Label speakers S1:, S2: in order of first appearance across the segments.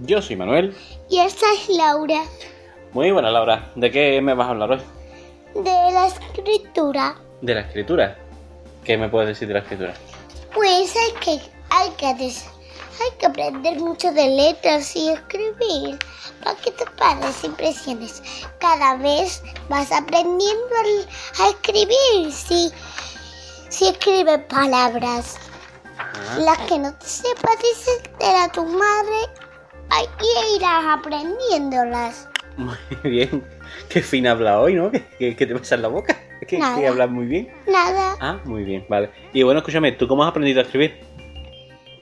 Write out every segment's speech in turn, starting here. S1: Yo soy Manuel.
S2: Y esta es Laura,
S1: Muy buena, Laura. ¿De qué me vas a hablar hoy?
S2: de la escritura.
S1: De la escritura. ¿Qué me puedes decir de la escritura?
S2: Pues hay que, hay que, des- hay que aprender mucho de letras y escribir para que te pares impresiones. Cada vez vas aprendiendo al- a escribir si, si escribes palabras. Las que no te sepas, dices a tu madre ay, y irás aprendiéndolas.
S1: Muy bien. Qué fin habla hoy, ¿no? ¿Qué, qué te pasa en la boca? Que- Que,
S2: Nada.
S1: hablas muy bien.
S2: Nada.
S1: Ah, muy bien, vale. Y bueno, escúchame, ¿tú cómo has aprendido a escribir?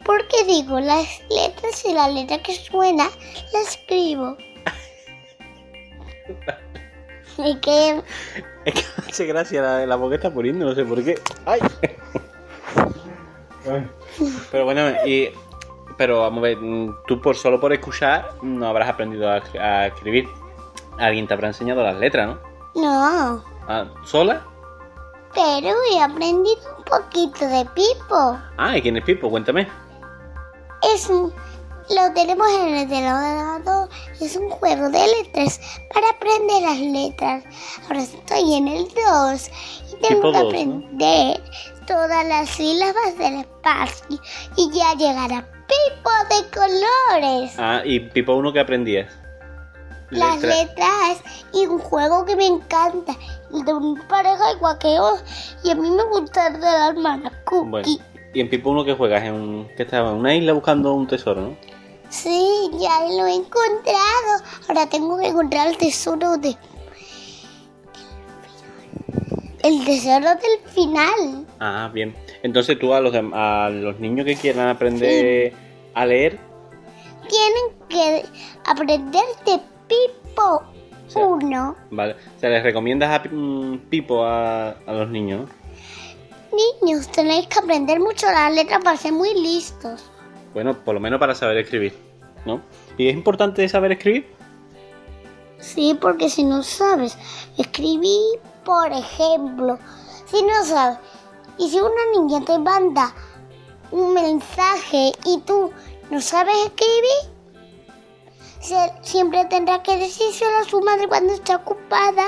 S2: Porque digo las letras y la letra que suena la escribo. ¿Y que
S1: Es que me hace gracia la, la boca está poniendo, no sé por qué. ¡Ay! Pero bueno, y. Pero vamos a ver, mm, tú por solo por escuchar no habrás aprendido a, a escribir. Alguien te habrá enseñado las letras, ¿no?
S2: No,
S1: Ah, ¿Sola?
S2: pero he aprendido un poquito de Pipo.
S1: Ah, ¿y quién es Pipo? Cuéntame.
S2: Es un- lo tenemos en el ordenador. Es un juego de letras para aprender las letras. Ahora estoy en el 2 y
S1: Tipo
S2: tengo que
S1: dos, ¿no?
S2: aprender todas las sílabas del espacio y ya llegará Pipo de colores.
S1: Ah, ¿y Pipo uno que aprendías?
S2: las
S1: Letra-
S2: letras y un juego que me encanta, el de un pareja de guaqueos y a mí me gusta el de la hermana Cookie.
S1: Bueno, ¿y en Pipo uno que juegas? En un, que estaba en una isla buscando un tesoro, ¿no?
S2: Sí, ya lo he encontrado. Ahora tengo que encontrar el tesoro de... El tesoro del final.
S1: Ah, bien. Entonces tú a los, dem- a los niños que quieran aprender a leer,
S2: Tienen que aprender de Pipo
S1: Sí.
S2: 1.
S1: vale. O sea, les recomiendas a Pi- mm, Pipo a, a los niños, ¿no?
S2: Niños, tenéis que aprender mucho las letras para ser muy listos.
S1: Bueno, por lo menos para saber escribir, ¿no? ¿Y es importante saber escribir?
S2: Sí, porque si no sabes escribir, por ejemplo, si no sabes, y si una niña te manda un mensaje y tú no sabes escribir, se- siempre tendrás que decírselo a su madre cuando está ocupada.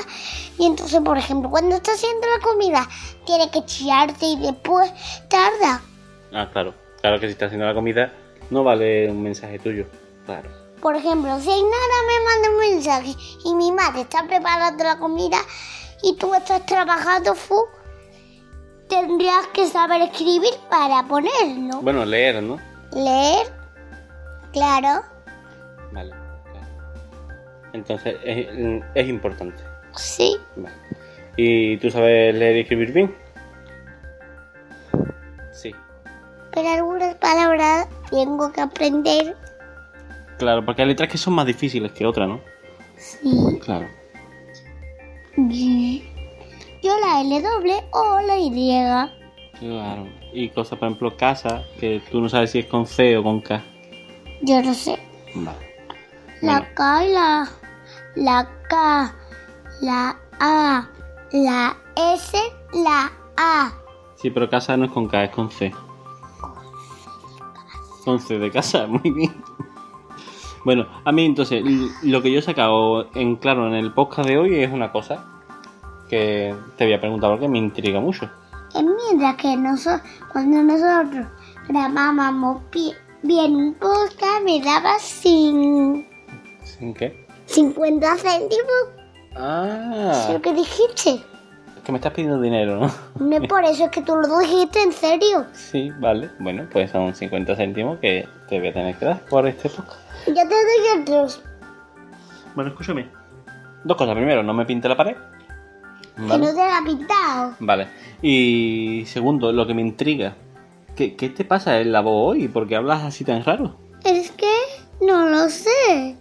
S2: Y entonces, por ejemplo, cuando está haciendo la comida, tiene que chillarte y después tarda.
S1: Ah, claro. Claro que si estás haciendo la comida, no vale un mensaje tuyo. Claro.
S2: Por ejemplo, si Ainara me manda un mensaje y mi madre está preparando la comida y tú estás trabajando full, tendrías que saber escribir para ponerlo.
S1: Bueno, leer, ¿no?
S2: Leer, claro,
S1: Vale. claro. Entonces, es, es importante.
S2: sí,
S1: Vale. ¿Y tú sabes leer y escribir bien? Sí.
S2: pero algunas palabras tengo que aprender,
S1: Claro, porque hay letras que son más difíciles que otras, ¿no?
S2: sí.
S1: Claro.
S2: Yo la L doble o la Y.
S1: Claro. Y cosas, por ejemplo, casa, que tú no sabes si es con C o con K.
S2: Yo no sé.
S1: Vale.
S2: La
S1: Bueno.
S2: K y la, la K, la A, la S, la A.
S1: Sí, pero casa no es con K, es con C. Con C de casa, muy bien. Bueno, a mí entonces, l- lo que yo he sacado en claro en el podcast de hoy es una cosa que te voy a preguntar porque me intriga mucho.
S2: Es Eh, mientras que nosotros, cuando nosotros grabábamos pi- bien un podcast, me daba cin-
S1: ¿En qué?
S2: 50 céntimos.
S1: Ah,
S2: lo que dijiste.
S1: es que me estás pidiendo dinero, ¿no?
S2: No es por eso, es que tú lo dijiste en serio.
S1: Sí, vale. Bueno, pues son 50 céntimos que te voy a tener que dar por este podcast.
S2: Yo te doy otros,
S1: Bueno, escúchame. Dos cosas. Primero, no me pinte la pared.
S2: que no te la he pintado.
S1: Vale. Y segundo, lo que me intriga. ¿Qué, qué te pasa en la voz hoy? ¿Por qué hablas así tan raro?
S2: Es que no lo sé.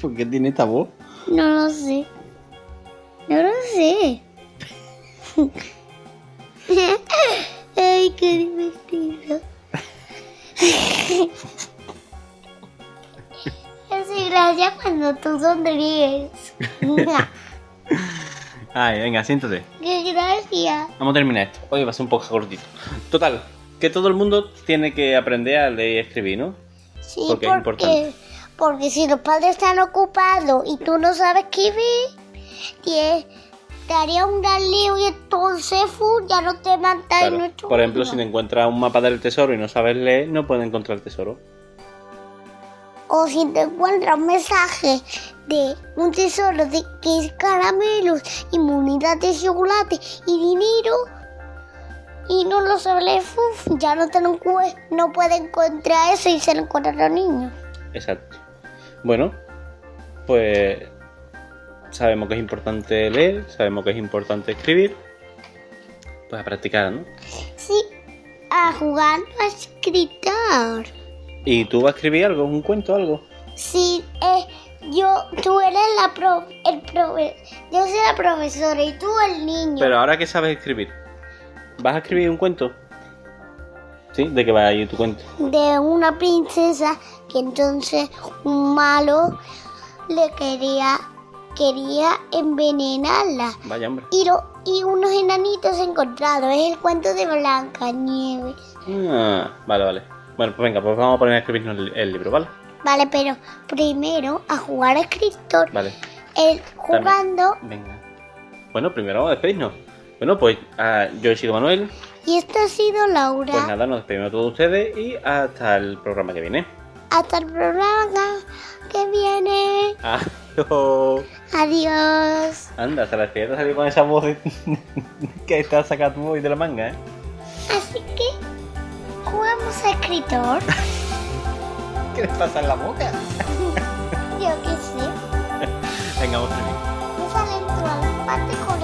S1: ¿Por qué tiene esta voz?
S2: No lo sé. No lo sé. Ay, qué divertido. Hace gracia cuando tú sonríes.
S1: Ay, venga, siéntate.
S2: qué gracia.
S1: Vamos a terminar esto. Hoy va a ser un poco cortito. Total, que todo el mundo tiene que aprender a leer y escribir, ¿no?
S2: Sí,
S1: Porque es importante.
S2: porque si los padres están ocupados y tú no sabes escribir, tienes- te haría un gran lío y entonces fu, ya no te manda
S1: Claro.
S2: y no es tu
S1: Por ejemplo,
S2: culpa.
S1: si te encuentras un mapa del tesoro y no sabes leer, no puedes encontrar el tesoro.
S2: O si te encuentras un mensaje de un tesoro de que es caramelos y monedas de chocolate y dinero y no lo sabes leer, fu, ya no te lo encue- no puedes encontrar eso y se lo encuentran los niños.
S1: Exacto. Bueno, pues sabemos que es importante leer, sabemos que es importante escribir. Pues a practicar, ¿no?
S2: Sí, a jugar a escritor.
S1: ¿Y tú vas a escribir algo, un cuento, algo?
S2: Sí, eh, yo, tú eres la pro, el prove- yo soy la profesora y tú el niño.
S1: Pero ahora que sabes escribir, ¿vas a escribir un cuento? ¿Sí? ¿De qué va a ir tu cuento?
S2: De una princesa que entonces un malo le quería, quería envenenarla.
S1: Vaya hombre.
S2: Y, lo- y unos enanitos encontrados. Es el cuento de Blancanieves.
S1: Ah, vale, vale. Bueno, pues venga, pues vamos a poner a escribirnos el, el libro, ¿vale?
S2: Vale, pero primero a jugar a escritor.
S1: Vale.
S2: El, jugando
S1: Venga. Bueno, primero vamos a despedirnos. Bueno, pues ah, yo he sido Manuel.
S2: Y esto ha sido Laura.
S1: Pues nada, nos despedimos de todos ustedes y hasta el programa que viene.
S2: Hasta el programa que viene.
S1: Adiós.
S2: Adiós.
S1: Anda, se la despedida te salió con esa voz de- que está sacando muy de la manga, ¿eh?
S2: Así que jugamos a escritor.
S1: ¿Qué le pasa en la boca?
S2: Yo qué sé.
S1: Venga, vamos a escribir.
S2: Me salen todas las partes con